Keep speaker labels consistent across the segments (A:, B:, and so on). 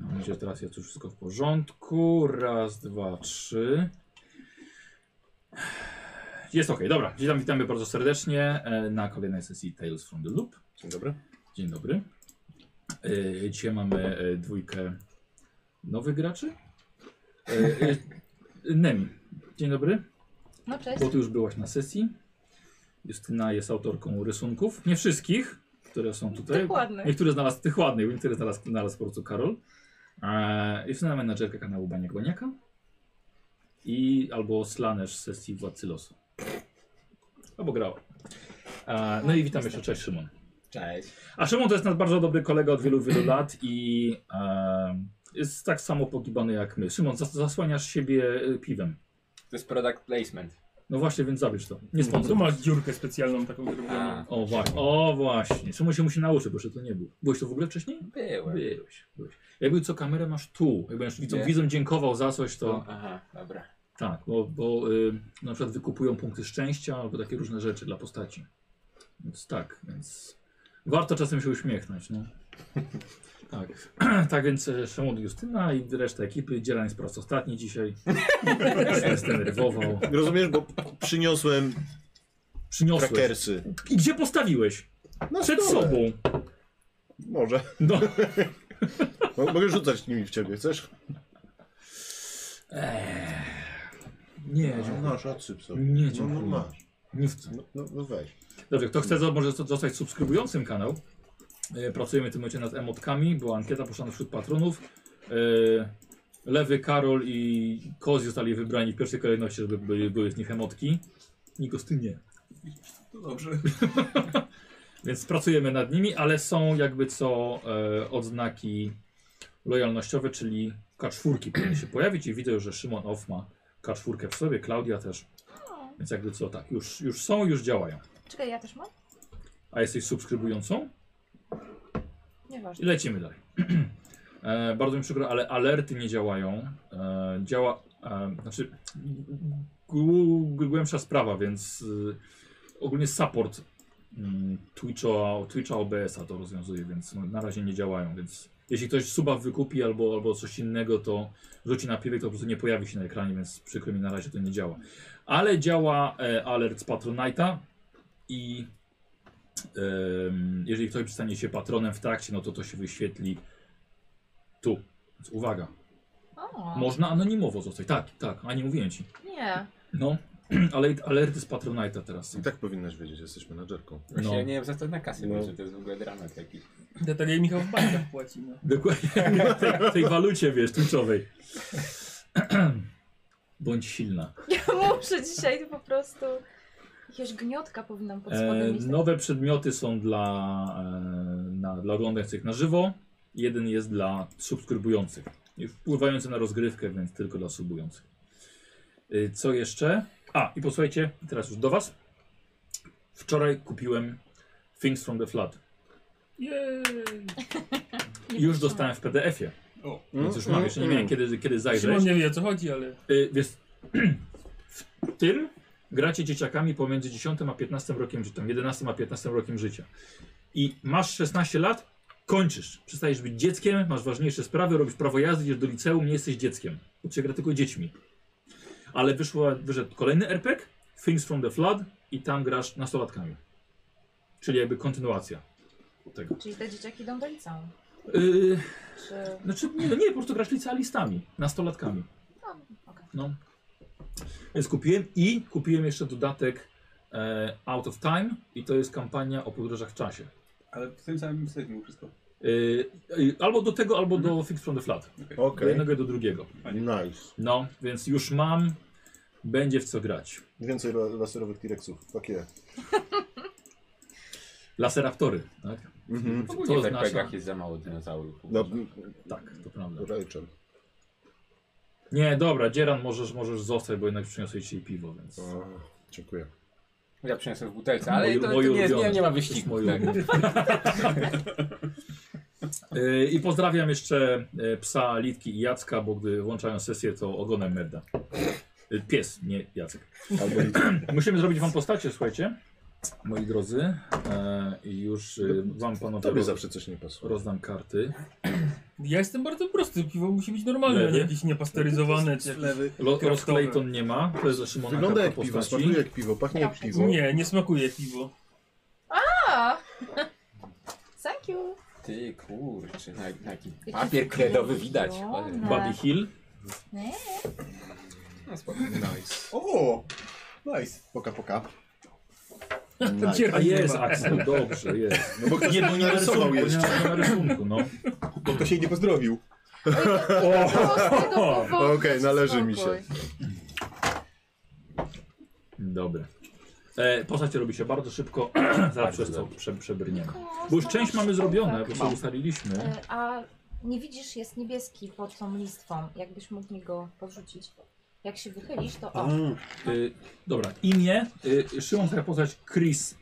A: Myślę, że teraz jest już wszystko w porządku. Raz, dwa, trzy. Jest ok, dobra. Witam, witamy bardzo serdecznie e, na kolejnej sesji Tales from the Loop.
B: Dzień dobry.
A: Dzień dobry. E, Dzisiaj mamy e, dwójkę nowych graczy. E, e, Nemi, dzień dobry,
C: No cześć.
A: bo ty już byłaś na sesji. Justyna jest autorką rysunków. Nie wszystkich, które są tutaj.
C: Tych ładnych.
A: Tak. Niektóre znalazł tych ładnych, niektóre znalazł, znalazł po prostu Karol. Eee, Justyna menadżerka kanału Bania Goniaka i albo Slanesh z sesji Władcy Losu. Albo grała. Eee, no i witam jeszcze, cześć Szymon.
B: Cześć.
A: A Szymon to jest nasz bardzo dobry kolega od wielu, wielu lat i em, jest tak samo pogibany jak my. Szymon, zas zasłaniasz siebie e, piwem.
B: To jest product placement.
A: No właśnie, więc zabierz to. Nie
D: Tu
A: sponsor.
D: masz dziurkę specjalną taką
B: A,
D: drugą.
A: O właśnie, o właśnie. Szymon się musi nauczyć, bo jeszcze to nie był. Byłeś to w ogóle wcześniej?
B: byłem.
A: Byłeś, byłeś. Jakby co, kamerę masz tu. Jakby widzą,
B: Nie.
A: widzą dziękował za coś, to...
B: To, No, aha, dobra.
A: Tak, bo, bo y, na przykład wykupują punkty szczęścia albo takie różne rzeczy dla postaci. Więc tak, więc warto czasem się uśmiechnąć. No. Tak. tak więc e, Szymon Justyna i reszta ekipy. Dzielan jest po raz ostatni dzisiaj. Jestem nerwował.
E: Rozumiesz, bo przyniosłem
A: Przyniosłeś.
E: krakersy.
A: I gdzie postawiłeś?
E: Na
A: Przed
E: stole.
A: sobą.
E: Może.
A: No.
E: Mo- Mogę rzucać nimi w ciebie, chcesz?
A: Nie, dziękuję.
E: masz, odsyp sobie.
A: Nie,
E: No, no
A: dziękuję.
E: masz.
A: Nie chcę.
E: No, no, no weź.
A: Dobrze, kto chce, zo- może zo- zostać subskrybującym kanał. E, Pracujemy w tym momencie nad emotkami. Była ankieta poszła wśród patronów. E, Lewy, Karol i Koz zostali wybrani w pierwszej kolejności, żeby były, były z nich emotki. Nikos, ty nie.
D: To dobrze.
A: Więc pracujemy nad nimi, ale są jakby co e, odznaki lojalnościowe, czyli K4 powinny się pojawić i widzę, że Szymon Off ma K4 w sobie, Klaudia też. Więc jakby co, tak, już, już są, już działają.
C: Czekaj, ja też mam?
A: A jesteś subskrybującą? I
C: Nieważne.
A: lecimy dalej. e, bardzo mi przykro, ale alerty nie działają. E, działa, e, znaczy głu- głębsza sprawa, więc e, ogólnie support mm, Twitcha, Twitcha OBS-a to rozwiązuje, więc no, na razie nie działają, więc jeśli ktoś suba wykupi albo, albo coś innego, to rzuci na piwek, to po prostu nie pojawi się na ekranie, więc przykro mi, na razie to nie działa. Ale działa e, alert z Patronite'a i Ym, jeżeli ktoś stanie się patronem w trakcie, no to to się wyświetli tu. Więc uwaga,
C: O,
A: można anonimowo zostać. Tak, tak, a nie mówiłem ci.
C: nie.
A: No, ale alerty z Patronite'a teraz są.
E: I tak powinnaś wiedzieć, jesteś menadżerką.
B: Właśnie
A: No.
B: ja nie wiem, za to na kasę
E: No.
B: no. to jest w ogóle dramat jakiś.
D: Za to jej Michał w bankach płaci. No.
A: Dokładnie, w tej, w tej walucie, wiesz, kluczowej. Bądź silna.
C: Ja muszę dzisiaj po prostu... Jakaś gniotka powinnam pod
A: E,
C: spodem mieć.
A: nowe przedmioty są dla, e, na, dla oglądających na żywo. Jeden jest dla subskrybujących. I Wpływający na rozgrywkę, więc tylko dla subujących. E, co jeszcze? A, i posłuchajcie, teraz już do Was. Wczoraj kupiłem Things from the Flood.
D: Jej.
C: Nie
A: Już
C: patrzyłam.
A: dostałem w PDF-ie,
D: O.
E: Mm,
A: więc już mam. Jeszcze nie wiem, kiedy, kiedy zajrzeć.
D: Szymon nie wie o co chodzi, ale
A: Y, Wiesz, w tym gracie dzieciakami pomiędzy 10 a 15 rokiem życia, tam 11 a 15 rokiem życia. I masz 16 lat, kończysz. Przestajesz być dzieckiem, masz ważniejsze sprawy, robisz prawo jazdy, idziesz do liceum, nie jesteś dzieckiem. Bo się gra tylko dziećmi. Ale wyszła, wyszedł kolejny RPG, Things from the Flood i tam grasz nastolatkami. Czyli jakby kontynuacja tego.
C: Czyli te dzieciaki idą do liceum.
A: Yy,
C: Czy...
A: znaczy, nie, nie, po prostu grasz licealistami, nastolatkami.
C: No, okej.
A: No. Więc kupiłem i kupiłem jeszcze dodatek e, Out of Time i to jest kampania o podróżach w czasie.
F: Ale w tym samym sygnał wszystko.
A: E, e, albo do tego, albo do Fix from the Flat. Do
E: Okej,
A: jednego i do drugiego.
E: nice.
A: No, więc już mam, będzie w co grać.
E: Więcej la- laserowych T-Rexów, Tak takie.
A: Laseraptory, tak?
E: Mhm.
B: W ogóle w
A: oznacza?
B: RPGach jest za mało dinozaurów.
E: No,
A: Tak, to prawda.
E: Rachel.
A: Nie, dobra, Dzieran możesz, możesz zostać, bo jednak przyniosłeś ci piwo, więc...
E: O, dziękuję.
B: Ja przyniosłem w butelce, Tak, ale
A: Moje-
B: to, to
A: moje
B: nie, jest- nie,
A: ulubione.
B: nie ma
A: Jesteś
B: wyścigu.
A: moją-
B: Tak.
A: Y, I pozdrawiam jeszcze y, psa Litki i Jacka, bo gdy włączają sesję, to ogonem merda. Y, Pies, nie Jacek.
E: Albo
A: Musimy zrobić wam postacie, słuchajcie. Moi drodzy, e, i już e, wam panowie
E: tobie
A: roz,
E: zawsze coś nie pasuje.
A: rozdam karty.
D: Ja jestem bardzo prosty, piwo musi być normalne, a
A: Lewy.
D: nie jakieś niepasteryzowane czy jakieś...
F: Lewy.
A: Lo- Ross
D: Kraftowe.
A: Clayton nie ma, to jest za Szymona
E: Wygląda jak
A: karta
E: piwo,
A: postaci.
E: smakuje jak piwo, pachnie jak piwo.
D: Nie, nie smakuje piwo.
C: A! Thank you.
B: Ty kurczę, na, na jaki papier kredowy widać.
C: piękne.
A: Buddy Hill.
C: Nie.
B: No, spoko.
E: Nice.
F: O! Nice.
E: Poka, poka.
D: Cierpię
A: A jest
D: nie ma.
A: Axel, dobrze, jest.
E: No bo ktoś
A: Nie, bo nie narysował
E: jeszcze.
A: jeszcze. Nie ma rysunku, no.
F: Bo ktoś jej nie pozdrowił.
C: Co z tego powodu?
E: Okej, należy mi
C: Spokój.
E: się.
A: Dobra. E, postać robi się bardzo szybko, zaraz przez to
B: dobrze.
A: prze, przebrniemy.
C: O,
A: Bo już część mamy zrobione, bo
C: tak.
A: sobie ustaliliśmy.
C: E, A nie widzisz, jest niebieski pod tą listwą. Jakbyś mógł mi go porzucić. Jak się wychylisz, to o.
A: Y, dobra, imię. Y, Szymon sobie postać Chris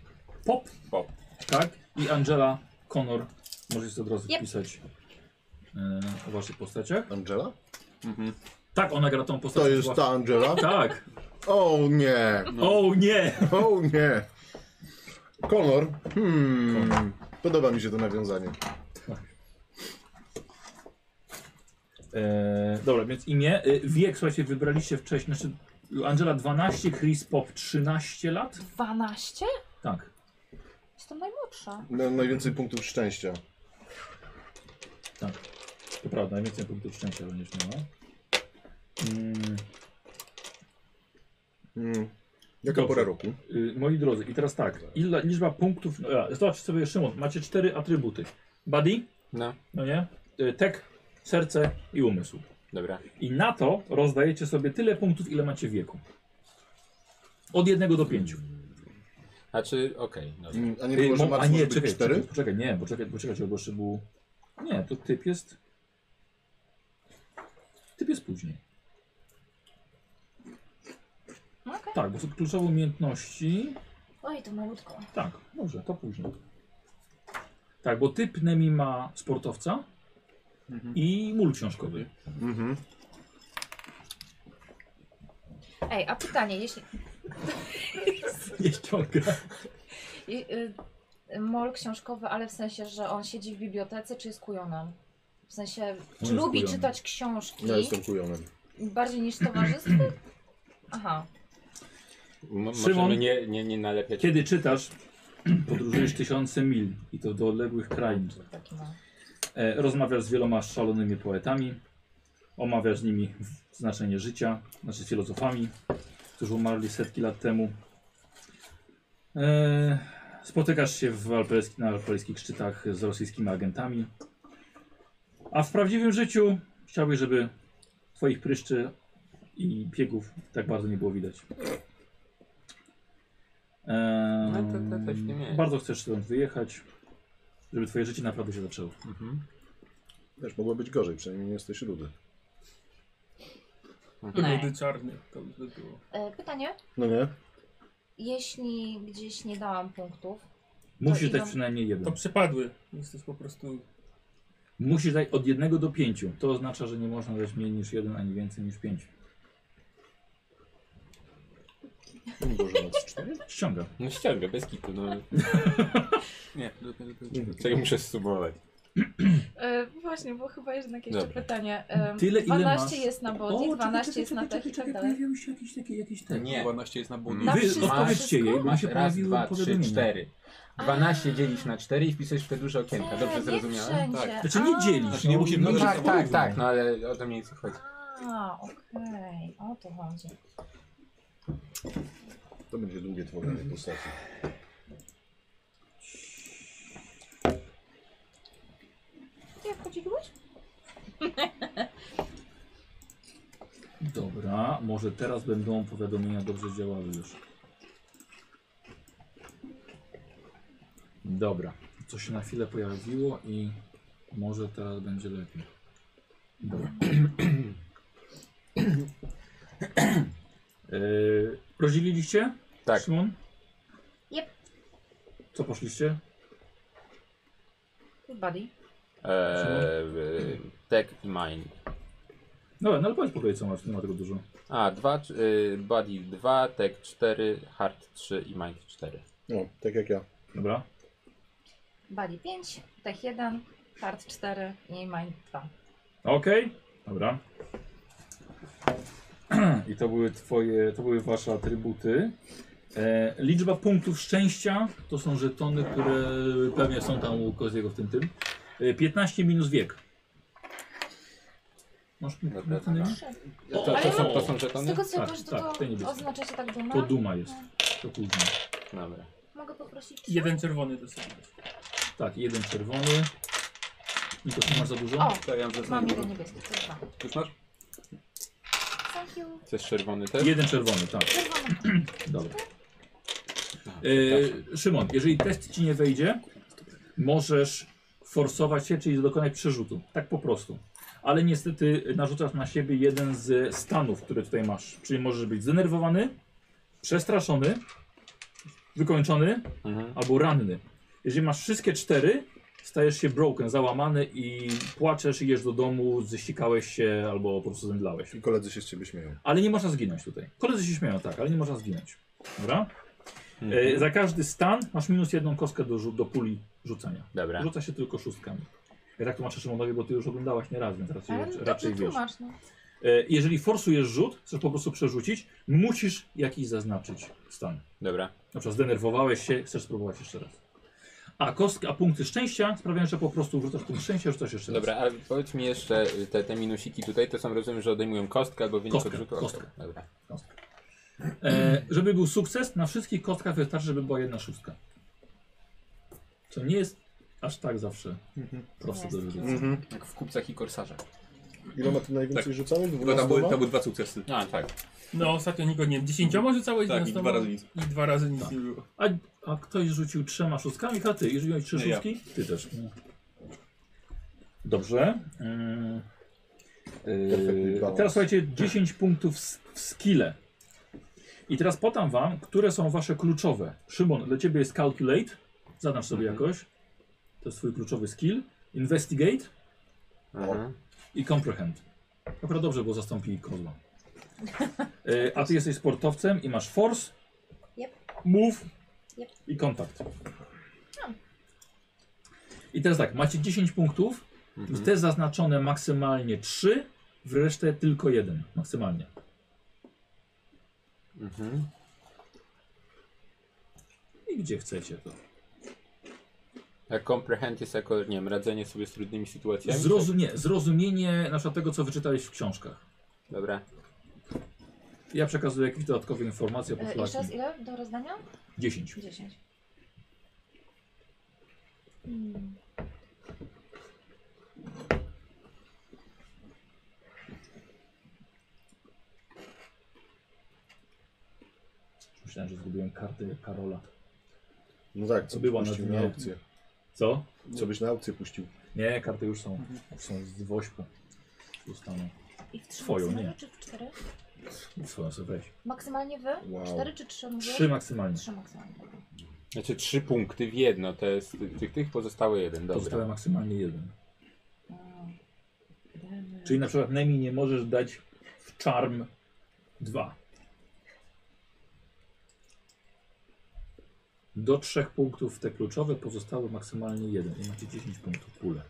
A: Pop.
B: Pop.
A: Tak? I Angela Connor. Możecie sobie od razu
C: Yep.
A: wpisać y, o waszych postaciach.
E: Angela?
A: Tak, ona gra tą postać.
E: To jest
A: właśnie-
E: ta Angela?
A: Tak.
E: O nie,
A: O nie!
E: o nie. Konor? Hmm. Podoba mi się to nawiązanie.
A: E, dobra, więc imię. Y, wiek, słuchajcie, wybraliście wcześniej. Znaczy, Angela 12, Chris Pop 13 lat.
C: 12?
A: Tak.
C: Jestem najmłodsza.
E: Miałem najwięcej punktów szczęścia.
A: Tak. To prawda, najwięcej punktów szczęścia będziesz miała. Mm,
E: Hmm. Jaka
A: Dobrze.
E: pora roku?
A: y, moi drodzy, i teraz tak. Ila, liczba punktów. No, a, zobaczcie sobie, Szymon, macie cztery atrybuty: body,
B: No,
A: no nie? Y, tek, serce i umysł.
B: dobra.
A: I na to rozdajecie sobie tyle punktów, ile macie wieku. Od jednego do pięciu.
B: Znaczy, okej, dobra.
E: Mm, A nie
A: Y,
E: było, że
A: mo-
E: max
A: a nie,
E: może być
A: czekaj, czekaj,
E: cztery?
A: poczekaj, nie, poczekaj, poczekaj, bo jeszcze był... Nie, to typ jest... Typ jest później.
C: No okej.
A: Tak, bo są kluczowe umiejętności...
C: Oj, to malutko.
A: Tak, dobrze, to później. Tak, bo typ Nemi ma sportowca i mul książkowy.
E: Mhm.
C: Ej, a pytanie, jeśli.
A: Nie ściąga.
C: je- y, y, Mol książkowy, ale w sensie, że on siedzi w bibliotece, czy jest kujonem? W sensie,
A: jest
C: czy lubi
A: kujonem.
C: czytać książki
E: Ja jestem kujonem.
C: bardziej niż towarzystwo? Aha.
B: M-
A: Szymon?
B: możemy nie, nie, nie nalepiać.
A: Kiedy czytasz, podróżujesz tysiące mil i to do odległych krain.
C: Taki ma.
A: E, rozmawiasz z wieloma szalonymi poetami, omawiasz z nimi znaczenie życia, znaczy z filozofami, którzy umarli setki lat temu. E, spotykasz się w alpejski, na alpejskich szczytach z rosyjskimi agentami. A w prawdziwym życiu chciałbyś, żeby twoich pryszczy i piegów tak bardzo nie było widać. E,
B: No to- to coś w tym jest.
A: bardzo chcesz stąd wyjechać, żeby twoje życie naprawdę się zaczęło.
B: Mhm.
E: Też mogło być gorzej, przynajmniej nie jesteś rudy.
D: Rudy czarny, to by było.
C: E, Pytanie,
E: No nie?
C: jeśli gdzieś nie dałam punktów,
A: Musisz
C: To
A: dać
C: ile-
A: przynajmniej
D: To
A: jeden.
D: przepadły. Jesteś po prostu...
A: Musisz dać od jednego do pięciu. To oznacza, że nie można dać mniej niż jeden, ani więcej niż pięć.
E: No Boże, max cztery?
A: Ściąga.
B: No ściągę, bez kitu, no. nie, czego muszę zsumować.
C: E, właśnie, bo chyba jednak jeszcze
B: Dobra.
C: pytanie. E,
A: Tyle, ile
C: 12
A: masz?
C: jest na body, 12 jest na tech i tak dalej.
A: pojawił się jakiś taki, jakiś ten.
B: Nie.
F: 12 jest na budy.
C: Na
B: Mhm.
A: Wy
C: wszystko?
A: odpowiedzcie jej, bo mi
B: Masz
A: się
B: raz,
A: pojawiły
B: dwa, trzy,
A: powiadomienia.
B: cztery. 12 dzielisz na 4 i wpisujesz w te duże okienka.
C: E,
B: Dobrze
C: nie
B: zrozumiałem?
C: wszędzie.
F: Tak.
A: Znaczy nie
C: A.
A: dzielisz.
F: Znaczy nie
A: no,
F: musimy
A: no,
F: tego
B: Tak,
A: porówno.
B: tak, tak, no ale o to mniej co chodzi.
C: A, okej, o to chodzi.
E: To będzie długie
A: Mhm.
E: tworzenie postaci.
C: Ty jak podzieliłeś?
A: Dobra, może teraz będą powiadomienia dobrze działały już. Dobra, co się na chwilę pojawiło i może teraz będzie lepiej. Dobra. Yy, rozdzieliliście?
B: Tak.
A: Szymon?
C: Yep.
A: Co poszliście?
C: Buddy.
B: Eee, tech i mine.
A: Dobra, no ale powiedz po kolei co masz, nie ma tego dużo.
B: A, dwa, y, body 2, tech 4, hard 3 i mind 4.
E: No, tak jak ja.
A: Dobra.
C: Buddy 5, tech 1, Part 4 i Mind 2.
A: Okej, dobra. I to były twoje, to były wasze atrybuty. E, liczba punktów szczęścia to są żetony, które pewnie są tam u Koziego w tym tym. E, 15 minus wiek. Masz punkty
B: Dobra,
A: żetony?
B: dobra. To,
A: Ale
B: to, są,
A: ja-
B: to są
C: Z
B: żetony?
C: tego co
A: Tak,
C: kojarzę, to,
A: tak,
C: to
A: te niebieskie.
C: oznacza się tak duma.
A: To duma jest. To później.
B: Dobra.
C: Mogę poprosić?
D: Jeden czerwony do sobie.
A: Tak, jeden czerwony. Nikos, nie masz za dużo?
C: O,
B: To ja mam
C: mam
B: żetony.
C: jeden niebieski, to dwa.
B: Już masz?
C: Thank you.
B: Chcesz czerwony też?
A: Jeden czerwony, tak.
C: Czerwony.
A: Dobra.
B: Aha, przepraszam.
A: E, Szymon, jeżeli test ci nie wejdzie, możesz forsować się, czyli dokonać przerzutu. Tak po prostu. Ale niestety narzucasz na siebie jeden z stanów, które tutaj masz. Czyli możesz być zdenerwowany, przestraszony, wykończony
B: Mhm.
A: albo ranny. Jeżeli masz wszystkie cztery, stajesz się broken, załamany i płaczesz, idziesz do domu, zesikałeś się albo po prostu zemdlałeś.
E: I koledzy się z ciebie śmieją.
A: Ale nie można zginąć tutaj. Koledzy się śmieją, tak, ale nie można zginąć. Dobra? E,
B: Mhm.
A: za każdy stan masz minus jedną kostkę do, rzu- do puli rzucania.
B: Dobra.
A: Rzuca się tylko szóstkami. Ja tak tłumaczę Szymonowi, bo ty już oglądałaś nie raz, więc raczej,
C: Ale
A: raczej,
C: dobrze
A: raczej wiesz.
C: tłumacz, no.
A: E, jeżeli forsujesz rzut, chcesz po prostu przerzucić, musisz jakiś zaznaczyć stan.
B: Dobra.
A: Na przykład zdenerwowałeś się, chcesz spróbować jeszcze raz. A kostka, a punkty szczęścia sprawiają, że po prostu wrzucasz punkt szczęścia, rzucasz jeszcze raz.
B: Dobra, ale powiedz mi jeszcze, y, te, te minusiki tutaj, to są, rozumiem, że odejmują kostkę albo wynik
A: Kostkę,
B: odrzutu?
A: kostkę.
B: Okej, Dobra.
A: E, żeby był sukces, na wszystkich kostkach wystarczy, żeby była jedna szóstka. Co nie jest aż tak zawsze proste do
C: Mhm. Jest.
A: wyrzucenia.
E: Mhm.
B: Jak Tak, w kupcach i korsarzach.
E: Iloma ty najwięcej
F: Tak.
E: rzucałeś?
F: Bo tam były, tam
E: 12?
F: były dwa sukcesy.
B: A, tak.
D: No ostatnio nikogo nie wiem. Dziesięcioma rzucałeś?
F: Tak, i
D: 11?
F: dwa razy nic.
D: I dwa razy nic
A: Tak.
D: nie było.
A: A, a ktoś rzucił trzema szóstkami, a ty, jeżeli miałeś trzy
F: Nie, ja.
A: szóstki, ty też. No. Dobrze. Mm.
E: Perfectly
A: Yy,
E: balanced.
A: teraz słuchajcie, 10 punktów s- w skille. I teraz podam wam, które są wasze kluczowe. Szymon, dla ciebie jest calculate, zadasz sobie
B: Mhm.
A: jakoś. To jest twój kluczowy skill. Investigate
B: Mhm.
A: i comprehend. Akurat dobrze, bo zastąpili kozła. Yy, a ty jesteś sportowcem i masz force,
C: Yep.
A: move
C: Yep.
A: i kontakt.
C: No.
A: I teraz tak, macie 10 punktów,
B: Mhm.
A: te zaznaczone maksymalnie 3, w resztę tylko jeden maksymalnie.
B: Mhm.
A: I gdzie chcecie to.
B: Jak comprehend Tak, jest jako, nie wiem, radzenie sobie z trudnymi sytuacjami?
A: Zrozum nie, zrozumienie na przykład tego, co wyczytałeś w książkach.
B: Dobra.
A: Ja przekazuję jakieś dodatkowe informacje po
C: E, Jeszcze raz
A: flaki.
C: ile do rozdania?
A: 10.
C: 10. Hmm.
A: Myślałem, że zgubiłem karty Karola.
E: No tak, co
A: To
E: byś
A: była na
E: puścił na
A: dnie.
E: aukcję?
A: Co?
E: Co byś na aukcję puścił?
A: Nie, karty już są, już są z wośpu. Ustaną.
C: I w trzy
A: Twoją,
C: maksymalnie,
A: nie.
C: czy w cztery?
A: Swoją sobie weź.
C: Maksymalnie wy?
E: Wow.
C: Cztery czy trzy mówię?
A: Trzy maksymalnie.
C: Trzy maksymalnie. dobra.
B: Znaczy trzy punkty w jedno, to jest tych, tych pozostałe jeden, dobra.
A: Pozostałe maksymalnie jeden.
C: Mm. Damy.
A: Czyli na przykład Nemi nie możesz dać w czarm 2. Do trzech punktów te kluczowe pozostały maksymalnie jeden. I macie 10 punktów pule.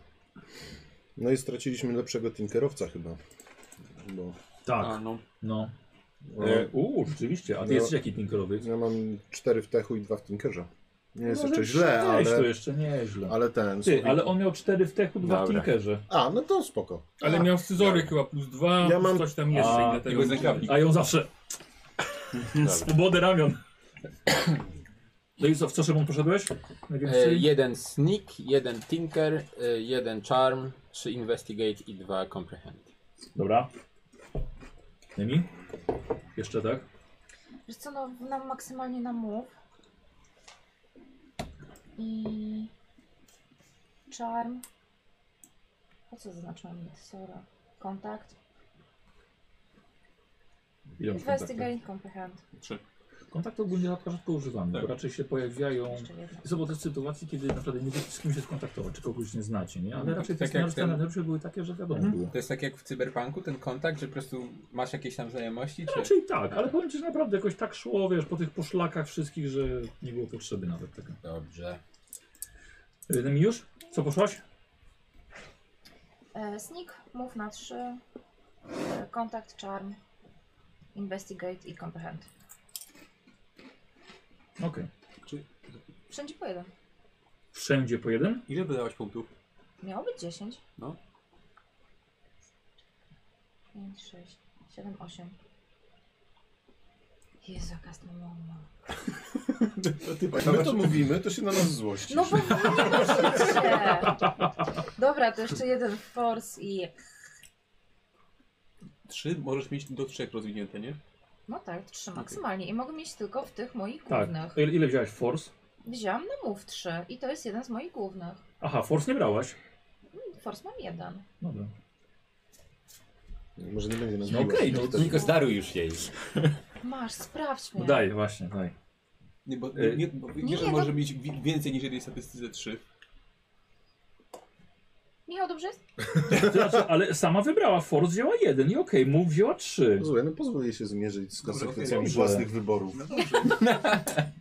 E: No i straciliśmy lepszego tinkerowca chyba. Bo
B: A,
A: Tak,
B: no.
A: no.
E: no,
A: E, Uuu, rzeczywiście. A ty
E: No.
A: jesteś jaki tinkerowy?
E: ja mam cztery w techu i dwa w tinkerze. Nie jest
A: No,
E: jeszcze
A: że
E: źle,
A: weź, to
E: ale,
A: jeszcze nieźle.
E: ale ten...
A: Ty,
E: sobie-
A: ale on miał 4 w techu, 2 w
B: Dobra.
A: tinkerze.
E: A, no to spoko.
D: Ale
E: A,
C: Tak.
D: miał scyzory chyba plus dwa,
E: Ja
D: plus
E: mam-
D: coś tam jeszcze.
A: A,
D: i dlatego
F: jego rękawi.
A: A ją zawsze.
B: Dobra.
A: Swobodę ramion. No i co, w co Szymon poszedłeś?
B: E,
A: Najwięcej?
B: jeden sneak, jeden tinker, e, jeden charm, trzy investigate i dwa comprehend.
A: Dobra. Nemi? Jeszcze tak?
C: Wiesz co, no nam maksymalnie na mów. I... Charm. Po co zaznaczyłam Meteora? Kontakt.
A: Ile masz kontaktów?
C: Investigate, comprehend.
F: Trzy.
A: Kontakt ogólnie rzadko, rzadko używamy,
F: Tak.
A: bo raczej się pojawiają...
C: Jeszcze jedno.
A: Są te sytuacje, kiedy naprawdę nie wiecie z kim się skontaktować, czy kogoś nie znacie, nie? Ale
F: Mhm.
A: raczej te
F: Tak jak
A: scenariusze
F: ten-
A: najlepsze były takie, że wiadomo
D: Mhm.
A: było.
B: To jest tak jak w cyberpunku, ten kontakt, że po prostu masz jakieś tam znajomości, czy...
A: Raczej tak, ale powiem ci, że naprawdę jakoś tak szło, wiesz, po tych poszlakach wszystkich, że nie było potrzeby nawet tego.
B: Dobrze.
A: Nemi już? Co poszłaś?
C: E, sneak, move na 3, e, kontakt, charm, investigate i comprehend.
A: Okej.
C: Wszędzie po jeden.
A: Wszędzie po jeden?
F: Ile dodałaś punktów?
C: Miało być 10.
F: No.
C: 5, 6, 7, 8. Jezu, jaka jestem mądra.
A: no
E: Jak my to mówimy, to się na nas złości.
C: No bo wy nie możecie! Dobra, to jeszcze jeden force i...
F: Trzy możesz mieć do trzech rozwinięte, nie?
C: No tak, trzy
F: Okej.
C: maksymalnie. I mogę mieć tylko w tych moich
A: Tak.
C: głównych.
A: Ile, ile wziąłeś force?
C: Wziąłam na move 3 i to jest jeden z moich głównych.
A: Aha, force nie brałaś. No
C: Force mam jeden.
A: Dobra.
E: Może nie będzie nas
A: No okej,
E: miło.
A: no to
B: Niko zdaruj już jej.
C: Masz, sprawdź
A: No
C: mnie.
A: daj, właśnie, daj.
F: Nie, bo
A: Y,
B: E,
F: nie, nie, bo nie,
C: nie,
F: że
C: no-
F: może mieć wi- więcej niż jednej statystyce trzy.
C: Michał, dobrze jest?
A: To znaczy, ale sama wybrała, force wzięła jeden i okej, move wzięła trzy.
E: Złe, no pozwól jej się zmierzyć z
F: Dobra,
E: konsekwencjami
A: okej, dobrze.
E: własnych wyborów.
F: No dobrze.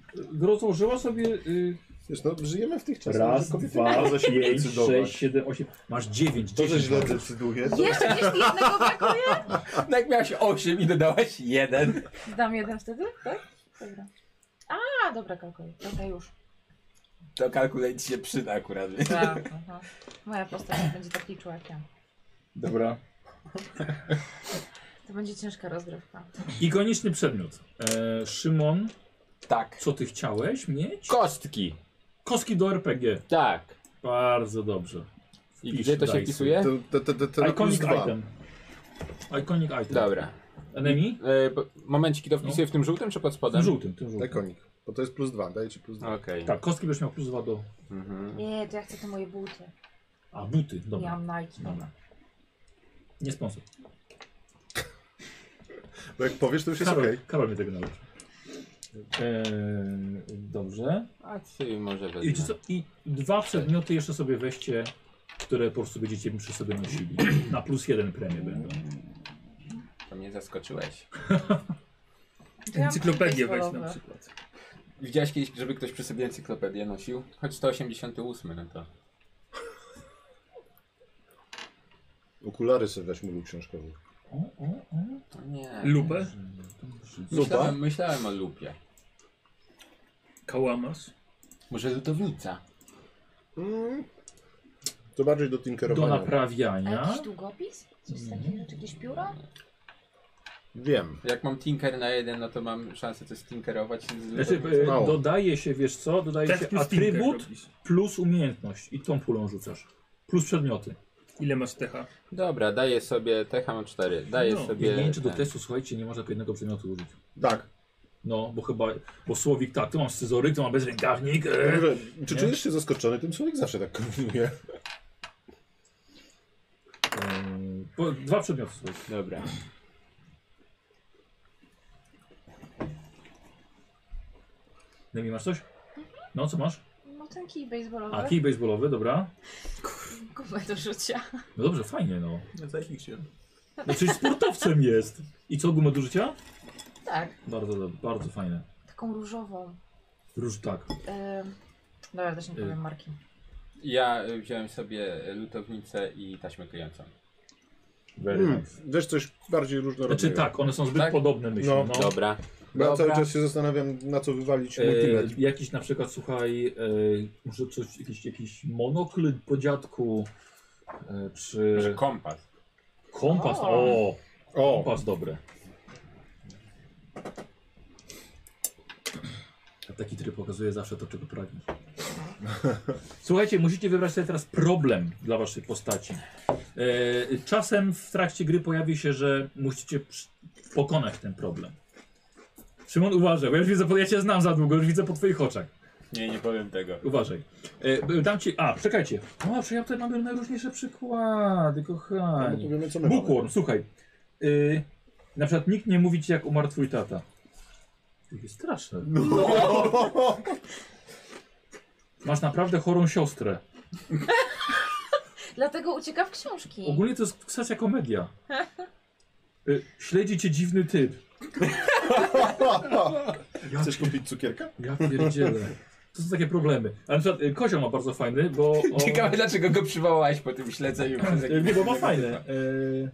A: Rozłożyła sobie y,
E: Wiesz, no, żyjemy w tych czasach,
A: raz,
E: że kobiety nie
A: dwa,
E: mogą za siebie
A: pięć,
E: decydować.
A: sześć, siedem, osiem. Masz dziewięć,
E: To, że
A: dziesięć.
E: źle
A: nawet.
E: decyduje, to...
C: Jeszcze gdzieś mi jednego brakuje?
B: No jak miałaś 8 i dodałaś 1.
C: Dam jeden wtedy, tak? Dobra. A, dobra, kalkuluję. Dobra, już.
B: To kalkulent się przyda akurat. więc-
C: Tak, aha. Moja postać nie będzie tak liczyła jak ja.
A: Dobra.
C: To będzie ciężka rozgrywka.
A: Ikoniczny przedmiot. E, Szymon,
B: Tak.
A: co ty chciałeś mieć?
B: Kostki.
A: Kostki do RPG.
B: Tak.
A: Bardzo dobrze.
B: I
A: Wpisz
B: gdzie to się
A: dajsy.
B: wpisuje?
E: to, to, to, to, to na plus
A: Iconic
E: dwa.
A: item. Iconic item.
B: Dobra.
A: Enemy?
B: E, bo- momencik, to wpisuję w tym żółtym czy pod
A: Tym
B: spodem?
A: żółtym, tym żółtym.
E: Ikonik. Bo to jest plus dwa, daje ci plus dwa.
B: Okej.
A: Tak, kostki będziesz miał plus dwa do...
B: Mhm.
C: Nie, to ja chcę te moje buty.
A: A, buty, dobra.
C: Miałam Nike.
A: Dobra. Nie sponsor.
E: Bo jak powiesz, to już jest
A: Karol,
E: okej.
A: Karol mnie tego nauczył. Eee, dobrze.
B: A ty może
A: I, wiecie
B: wezmę.
A: co? I dwa przedmioty jeszcze sobie weźcie, które po prostu będziecie przy sobie nosili. Na plus jeden premię będą.
B: To mnie zaskoczyłeś.
C: Ja mam
D: Encyklopedię
C: krótkie
D: weź
C: słowo.
D: na przykład.
B: Widziałeś kiedyś, żeby ktoś przy sobie encyklopedię nosił? Choć 188, no to.
E: Okulary sobie weź mówił książkowy.
A: O, o, o.
B: to nie.
D: Lupę?
E: Lupa?
B: Myślałem, myślałem o lupie.
D: Kałamas?
B: Może lutownica.
E: Mm. To bardziej do
A: Do
E: tinkerowania.
C: A
A: naprawiania.
C: jakiś długopis? Coś z takich rzeczy, jakieś pióro?
E: Wiem.
B: Jak mam tinker na jeden, no to mam szansę coś tinkerować z
A: Znaczy,
B: lutownicą.
A: e,
E: Mało.
A: dodaje się, wiesz co, dodaje
D: Test
A: się
D: plus tinker
A: atrybut
D: robisz.
A: plus umiejętność i tą pulą rzucasz. Plus przedmioty.
D: Ile masz techa?
B: Dobra, daję sobie. TH mam 4. Daję
D: No,
A: Nie,
B: sobie.
A: nie wiem, czy do
B: ten.
A: testu, słuchajcie, nie można tylko jednego przedmiotu użyć.
E: Tak.
A: No, bo chyba, bo Słowik tak, tu mam scyzoryk, tu mam bezrękawnik.
E: Eee,
A: E.
E: Czy
A: Nie?
E: czujesz się zaskoczony? Tym człowiek zawsze tak kombinuje.
A: Ehm, po- Dwa przedmioty, słuchajcie.
B: Dobra.
A: Nemi, masz coś? No, co masz?
C: No ten kij baseballowy.
A: A, kij baseballowy, dobra.
C: Kupę do życia.
A: No dobrze, fajnie, no.
F: No zajebiście.
A: No przecież sportowcem jest. I co, gumę do życia?
C: Tak,
A: Bardzo, dob- bardzo fajne.
C: taką różową.
A: Róż tak.
C: Ym, Dobra, też nie
A: Y.
C: powiem marki.
B: Ja y, wziąłem sobie lutownicę i taśmę klejącą.
A: Very
E: Mm. Weź coś bardziej różnorodnego.
A: Hmm. Znaczy tak, one są zbyt
B: Tak?
A: podobne, myślę.
E: No.
A: No.
B: Dobra.
E: Bo ja cały
B: Dobra.
E: czas się zastanawiam, na co wywalić
A: E,
E: multimed.
A: jakiś na przykład, słuchaj, e, może coś, jakiś, jakiś monokl po dziadku, e,
B: Może
A: czy
B: kompas.
A: kompas,
C: O.
A: o,
E: O,
A: kompas dobre. A Taki tryb pokazuje zawsze to, czego pragnie. Słuchajcie, musicie wybrać sobie teraz problem dla waszej postaci. E, czasem w trakcie gry pojawi się, że musicie przy- pokonać ten problem. Szymon, uważaj, bo ja, już widzę, po- ja cię znam za długo, już widzę po twoich oczach.
B: Nie, nie powiem tego.
A: Uważaj. E, dam ci. A, czekajcie. O, czy ja tutaj mam najróżniejsze przykłady,
E: no, bo
A: kochani.
E: tu wiemy, co my mamy.
A: Bookworm, słuchaj. Y, na przykład nikt nie mówi ci, jak umarł twój tata. To jest straszne. Masz naprawdę chorą siostrę.
C: Dlatego ucieka w książki.
A: Ogólnie to jest sesja komedia. Y, śledzi cię dziwny typ.
E: Chcesz kupić cukierka?
A: Ja pierdzielę. To są takie problemy. Ale na przykład y, kozioł ma bardzo fajny, bo... on-
B: Ciekawe dlaczego go przywołałeś po tym śledzeniu. przez
A: Y,
B: jakiś-
A: Nie, bo ma fajne. y,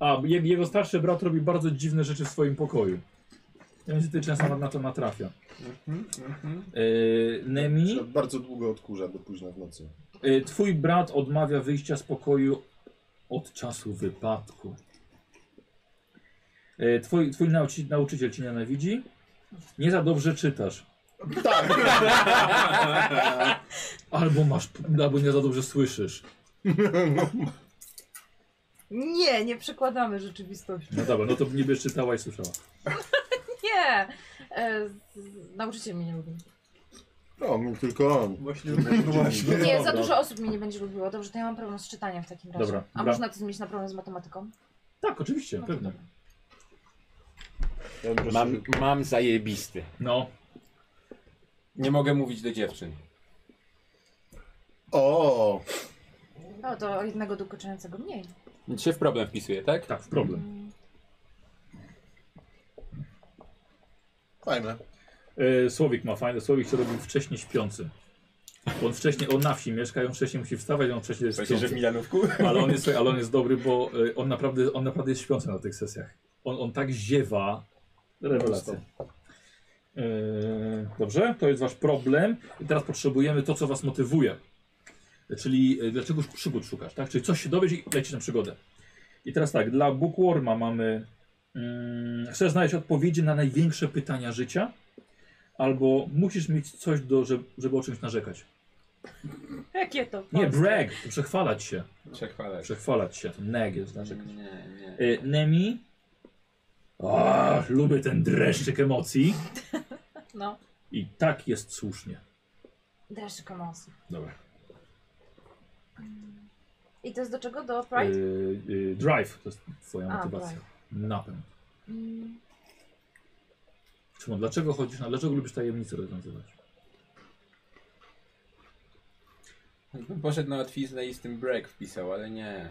A: A, je- jego starszy brat robi bardzo dziwne rzeczy w swoim pokoju. Ja niestety często na- na to natrafia. Y, Nemi,
E: Że Bardzo długo odkurza do późna w nocy.
A: y, twój brat odmawia wyjścia z pokoju od czasu wypadku. Y, Twój, twój nauci, nauczyciel cię nienawidzi. Nie za dobrze czytasz.
E: Tak!
A: Albo masz, albo nie za dobrze słyszysz.
C: Nie, nie przekładamy rzeczywistości.
A: No dobra, no to niby czytała i słyszała.
C: Nie! E, z- z- nauczyciel mnie nie lubi.
E: No, nie tylko on.
F: Właśnie.
E: Właśnie.
C: Nie, za
A: No dobra.
C: dużo osób mnie nie będzie lubiło. Dobrze, to ja mam problem z czytaniem w takim razie.
A: Dobra,
C: A
A: dobra.
C: można to zmienić na problem z matematyką?
A: Tak, oczywiście,
C: No to
A: pewnie.
C: dobra.
E: Ja bym
B: Mam, mam zajebisty.
A: No,
B: Nie mogę mówić do dziewczyn.
E: O!
C: No to o jednego dokuczającego mniej.
B: Nic się w problem wpisuje, tak?
A: tak, w problem.
E: Fajne.
A: E, Słowik ma fajne, Słowik się robił wcześniej śpiący. Bo on wcześniej, on na wsi mieszka, i on wcześniej musi wstawać, on wcześniej jest śpiący.
B: Milanówku?
A: Ale on jest, ale on jest dobry, bo e, on naprawdę, on naprawdę jest śpiący na tych sesjach. On, on tak ziewa. Rewelacja. E, dobrze, to jest wasz problem. I teraz potrzebujemy to, co was motywuje. Czyli e, dlaczego przygód szukasz, tak? Czyli coś się dowiesz i lecisz na przygodę. I teraz tak, dla Bookworma mamy... Mm, chcesz znaleźć odpowiedzi na największe pytania życia? Albo musisz mieć coś, do, żeby, żeby o czymś narzekać.
C: Jakie to?
A: Nie,
C: polskie?
A: brag! Przechwalać się.
B: Przechwalać.
A: Przechwalać się, to neg jest narzekać.
B: Nie, nie.
A: Y, Nemi. Ach, lubię ten dreszczyk emocji.
C: No,
A: I tak jest słusznie.
C: dreszczy komosy.
A: Dobra.
C: I to jest do czego? Do Pride?
A: Y. drive to jest twoja
C: A,
A: motywacja.
C: drive.
A: Napęd.
C: Mm,
A: Szymon, dlaczego chodzisz na... Dlaczego lubisz tajemnice rozwiązywać?
B: Bym poszedł na łatwiznę i z tym break wpisał, ale nie.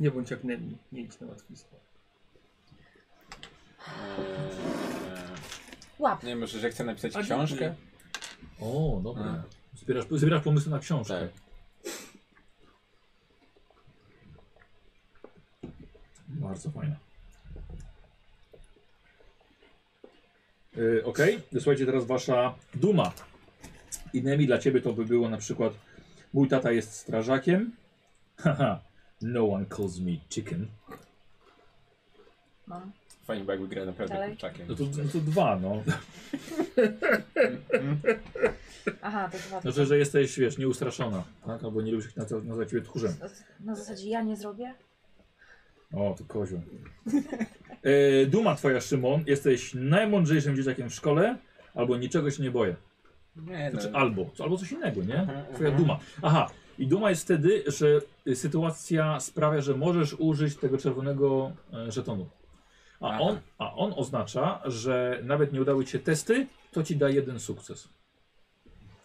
D: Nie bądź jak Nemi, nie idź na łatwiznę.
B: Eee,
C: Łap.
B: nie wiem, może, że chcę napisać
D: A nie,
B: książkę?
A: O, dobra. Zbierasz, zbierasz pomysły na książkę.
B: Tak.
A: Bardzo fajne. Yy, Okej, słuchajcie, teraz wasza duma. Innymi dla ciebie to by było na przykład mój tata jest strażakiem. Haha, no one calls me chicken.
C: Mam.
B: Fajnie, bo jakby gra naprawdę
C: Dalej.
B: kurczakiem.
A: No to, no to dwa, no.
C: Aha, to dwa.
A: Znaczy, że jesteś, wiesz, nieustraszona, tak? Albo nie lubisz na, na ciebie tchórzem.
C: Na zasadzie ja nie zrobię?
A: O, to kozioł. Yy, duma twoja, Szymon, jesteś najmądrzejszym dzieciakiem w szkole, albo niczego się nie boję.
B: Nie,
A: Znaczy,
B: no.
A: albo, albo coś innego, nie?
B: Aha,
A: Twoja
B: aha.
A: duma. Aha, i duma jest wtedy, że y, sytuacja sprawia, że możesz użyć tego czerwonego e, żetonu. A
B: Aha.
A: on, a on oznacza, że nawet nie udały ci się testy, to ci da jeden sukces.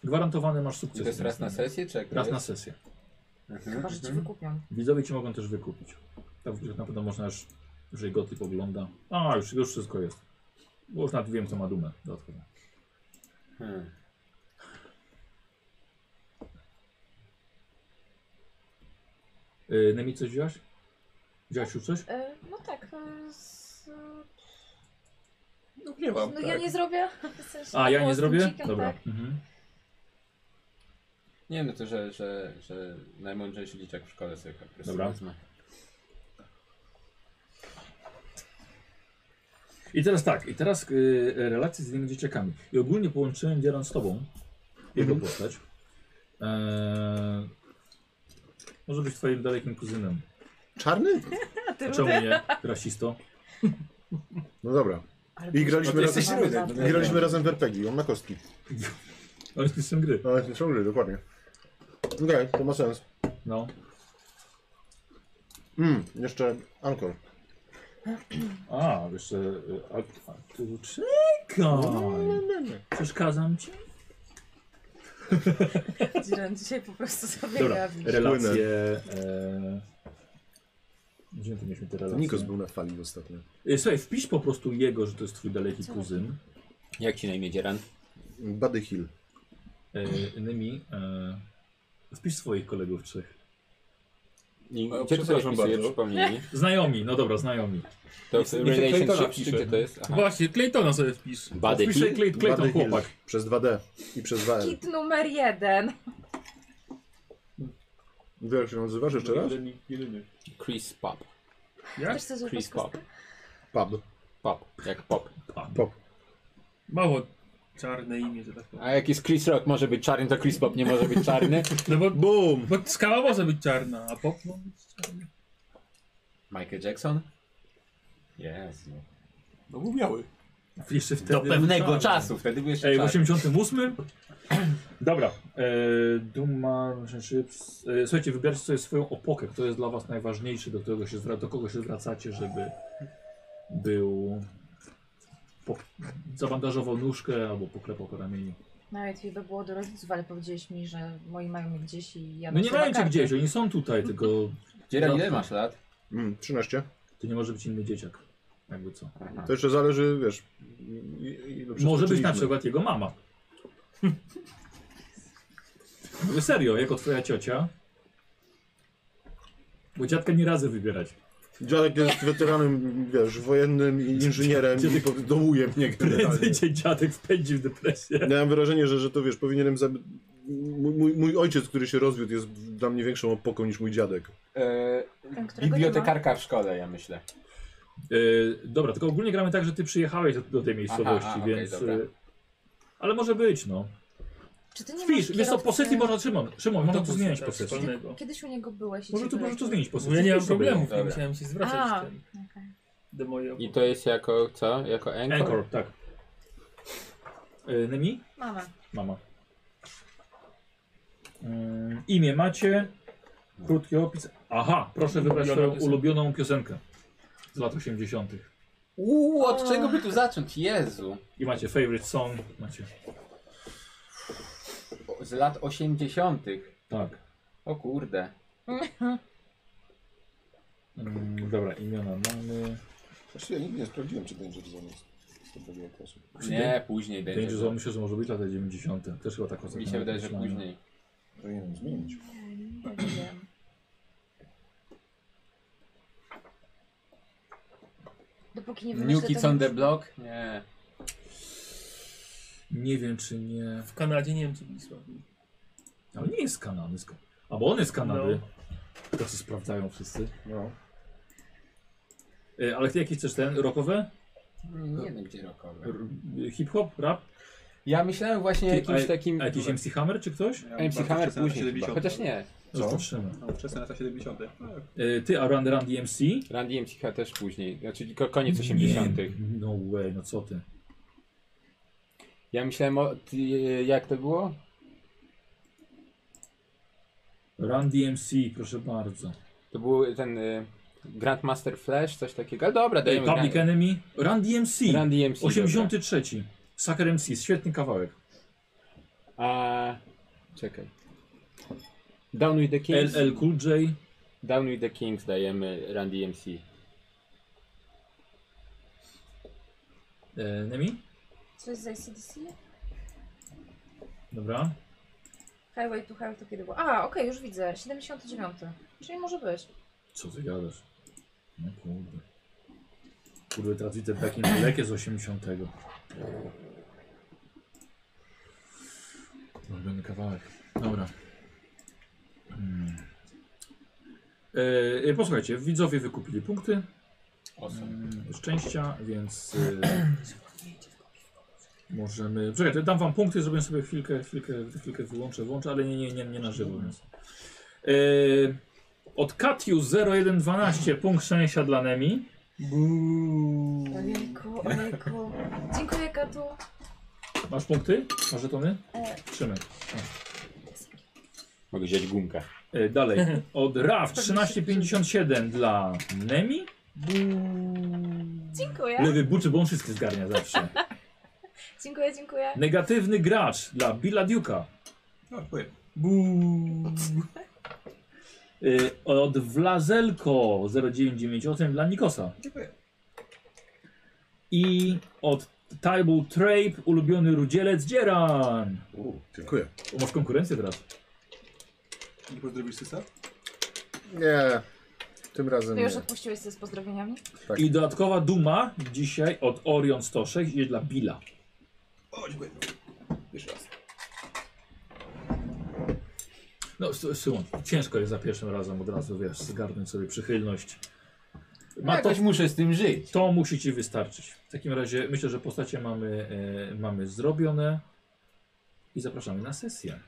A: Gwarantowany masz
B: I
A: sukces.
B: to jest raz na sesję, czy jak to
A: Raz na
B: jest?
A: sesję.
B: Mhm,
C: Chyba, że ci
B: mhm.
C: wykupią.
A: Widzowie ci mogą też wykupić. Tam w- na pewno można już, jeżeli gotyp ogląda. A, już, już wszystko jest. Bo już nawet wiem, kto ma dumę dodatkowo.
B: Hmm.
A: Yy, Nemi, coś wziąłeś? Wziąłeś już coś?
C: E, no tak. e, Z,
F: No nie mam,
C: no
F: tak.
C: ja nie zrobię. W sensie
A: A, ja
C: było
A: nie
C: z tym
A: zrobię?
C: chicken,
A: Dobra.
C: Tak.
A: Mhm.
B: Nie wiem, no to, że, że, że najmądrzejszy dzieciak w szkole sobie po prostu
A: Dobra.
B: wezmę.
A: I teraz tak, i teraz y, relacje z innymi dzieciakami. I ogólnie połączyłem Dzieran z tobą, jego postać. Eee, może być twoim dalekim kuzynem.
E: Czarny?
C: A ty
A: A czemu nie? Rasisto.
E: No dobra.
C: Ale
E: I graliśmy
C: proszę,
E: razem-
C: bardzo ważne.
E: Graliśmy razem w RPG, on ma kostki.
A: On jest mistrzem gry.
E: No, ale ciągle, dokładnie. Okej, to ma sens.
A: No.
E: Mm, jeszcze Ankor.
A: A, jeszcze... y, A, a tu czekaj! Przeszkadzam ci?
C: Dziren dzisiaj po prostu sobie
A: Dobra,
C: jawi.
A: relacje... E, gdzie tu mieliśmy te relacje? E,
E: Nikos był na fali ostatnio.
A: Y, Słuchaj, wpisz po prostu jego, że to jest twój daleki
C: Co?
A: kuzyn.
B: Jak ci na imię Dzieran?
E: Buddy Hill.
A: E, Innymi. E, spisz swoich kolegów trzech.
B: I,
F: O,
B: gdzie to sobie
F: przepraszam
B: wpisuje,
F: bardzo.
B: przypomnij.
A: Znajomi, no dobra, znajomi.
B: To
F: Niech
B: jest
F: se- niech se Claytona
B: relationship, czy
F: wpisze.
B: gdzie to jest? Aha.
F: Właśnie, Claytona sobie wpisz.
B: Buddy
A: Pisze
B: Hill.
A: Clay, Clayton
E: Buddy Hill.
A: chłopak.
E: Przez 2D i przez 2L.
C: Kit numer jeden.
E: Jak się nazywasz jeszcze raz?
F: Jeden, jedyny.
B: Chris Pop.
D: Jak?
A: Tak?
C: Też chcę złapać
B: Chris Pop.
C: kostkę?
E: Pub.
B: Pop, jak pop.
E: Pop.
D: Mało czarne imię, że tak powiem.
B: A jak jest Chris Rock może być czarny, to Chris Pop nie może być czarny.
D: No bo,
E: Boom!
D: bo skała może być czarna, a pop może być czarny.
B: Michael Jackson? Jezu.
F: No był biały.
A: Jeszcze wtedy
B: Do pewnego
A: czarny.
B: czasu, wtedy byłeś
A: Ej, w
B: czarny.
A: 88? Dobra. E, Duma, relationships. E, słuchajcie, wybierzcie sobie swoją opokę, kto jest dla was najważniejszy, do, którego się, zwra- do kogo się zwracacie, żeby był... Po, zabandażował nóżkę albo poklepał po ramieniu.
C: Najlepiej by było do rodziców, ale powiedziałeś mi, że moi mają mnie gdzieś i ja
A: No nie
C: dostałam
A: mają cię
C: kartę.
A: gdzieś, oni są tutaj, tylko
B: Dzieran, ile masz lat?
E: Mm, 13.
A: to nie może być inny dzieciak. Jakby co.
E: To jeszcze zależy, wiesz... i-
A: Może
E: ilu
A: być na
E: przeskoczyliśmy.
A: przykład jego mama. Mówię No serio, jako twoja ciocia. Bo dziadka nie razy wybierać.
E: Dziadek jest weteranem, wiesz, wojennym i inżynierem i po- dołuje mnie generalnie.
A: Prędzej cię dziadek wpędzi w depresję.
E: Miałem wrażenie, że, że to wiesz, powinienem zabi- mój, mój, mój ojciec, który się rozwiódł, jest dla mnie większą opoką niż mój dziadek.
C: Ten, którego
B: bibliotekarka w szkole, ja myślę.
A: Yy, dobra, tylko ogólnie gramy tak, że ty przyjechałeś do, do tej miejscowości,
B: aha, okej,
A: więc...
B: dobra.
A: y, ale może być, no.
C: nie ma. Czy ty nie
A: Wpisz,
C: masz
A: wiesz co,
C: kierowcy?
A: posesji można Szymon, Szymon, można tu
D: Autobus
A: zmienić
D: tak,
A: posesję.
D: szkolnego.
C: Kiedyś u niego byłeś i
A: Może
C: cię
A: tu, może tu
C: wyleciał.
A: zmienić posesję.
D: Bo ja nie
A: Wpisz
D: mam
A: sobie.
D: problemów,
B: Dobra.
D: nie musiałem się zwracać
C: A.
D: ten,
C: Okej.
D: do mojej
B: I
D: opoki.
B: to jest jako co? Jako anchor?
A: Anchor, tak. Yy, Nemi?
C: Mama.
A: Mama. Mm, imię macie. Krótki opis. Aha, proszę wybrać
D: Ulubiona
A: swoją
D: piosenka.
A: ulubioną piosenkę z lat 80.
B: Uuu, od czego by tu zacząć? Jezu.
A: I macie favorite song. Macie.
B: O, Z lat 80.
A: Tak.
B: O kurde.
A: Mm, dobra, imiona mamy.
F: Właściwie ja nigdy nie sprawdziłem, czy będzie Zone jest. z tego drugiego czasu.
B: Nie, później
A: Danger Zone
B: będzie.
A: myślę, że może być lata 90. Też chyba tak
B: Mi się wydaje, że
A: zakończyliśmy.
B: później.
F: Powinienem zmienić.
C: Nie wiem. Dopóki nie
B: New
C: wymyślę,
B: Kids
C: to
B: on
C: nie-
B: the Block? Nie.
A: Nie wiem czy nie.
D: W Kanadzie nie wiem, czy byli sławni.
A: Ale nie jest z Kanady. z Ka- Albo on jest z Kanady. To się sprawdzają wszyscy.
E: No.
A: E, ale ty jakie chcesz ten? Rockowe?
B: Nie wiem gdzie rokowe.
A: R- Hip hop? Rap?
B: Ja myślałem właśnie o
A: Ty-
B: jakimś
A: a-
B: takim.
A: A jakiś MC Hammer czy ktoś?
B: MC Hammer później. chyba. Chociaż nie.
F: Co?
A: Zobaczymy.
F: No, wczesne lata 70.
A: E, Ty, a Run Run DMC?
B: Randy MC Hammer też później. Znaczy tylko koniec 80.
A: Nie, No way, no co ty.
B: Ja myślałem o. Ty, jak to było?
A: Run DMC, proszę bardzo.
B: To był ten y, Grandmaster Flash, coś takiego. Ale dobra,
A: Ej,
B: dajemy.
A: E,
B: E
A: Public Enemy? Run DMC,
B: Randy MC.
A: 83. Sucker MC, świetny kawałek.
B: Dobra. A. Czekaj. Down with the Kings.
A: LL Cool J.
B: Down with the Kings dajemy Randy MC.
A: E, Nemi?
C: Co jest z ACDC?
A: Dobra.
C: Highway to Hell to kiedy było? A, okej, już widzę. 79. Czyli może być.
A: Co ty gadasz? No kurde. Kurde, teraz widzę Back in Black jest z 80. Ulubiony kawałek. Dobra. Hmm. E, e, posłuchajcie, widzowie wykupili punkty.
B: Awesome.
A: Mm, szczęścia, więc y, możemy. Czekaj, to dam wam punkty, zrobię sobie chwilkę, chwilkę, chwilkę wyłączę, włączę, ale nie, nie, nie, nie na żywo. Więc. Y, od Katiu 0112 punkt szczęścia dla Nemi.
C: Ojejku, ojejku. Dziękuję, Katu.
A: Masz punkty? Masz żetony?
C: E.
A: Trzymaj.
B: Mogę wziąć gumkę.
A: Y, dalej. Od RAF 1357 dla Nemi.
C: Dziękuję.
A: Lewy buczy, bo on wszystkie zgarnia zawsze.
C: Dziękuję, dziękuję.
A: Negatywny gracz dla Billa Duke'a.
F: No, powiem.
A: Y, od Wlazelko 0998 dla Nikosa.
F: Dziękuję.
A: I od Tybal Trape, ulubiony rudzielec Dzieran.
F: Uuu,
E: Dziękuję.
A: O, Masz konkurencję teraz.
D: Nie pozdrowisz Sysa?
E: Nie. Tym razem
C: Ty No już
E: nie.
C: odpuściłeś sobie z pozdrowieniami?
E: Tak.
A: I dodatkowa duma dzisiaj od Orion 106 idzie dla Billa.
D: O, dziękuję. Jeszcze raz.
A: No, S- Szymon, ciężko jest za pierwszym razem od razu, wiesz, zgarnąć sobie przychylność.
D: No,
A: Ma to,
B: Jakoś muszę z tym żyć.
A: to musi ci wystarczyć. W takim razie myślę, że postacie mamy, e, mamy zrobione i zapraszamy na sesję.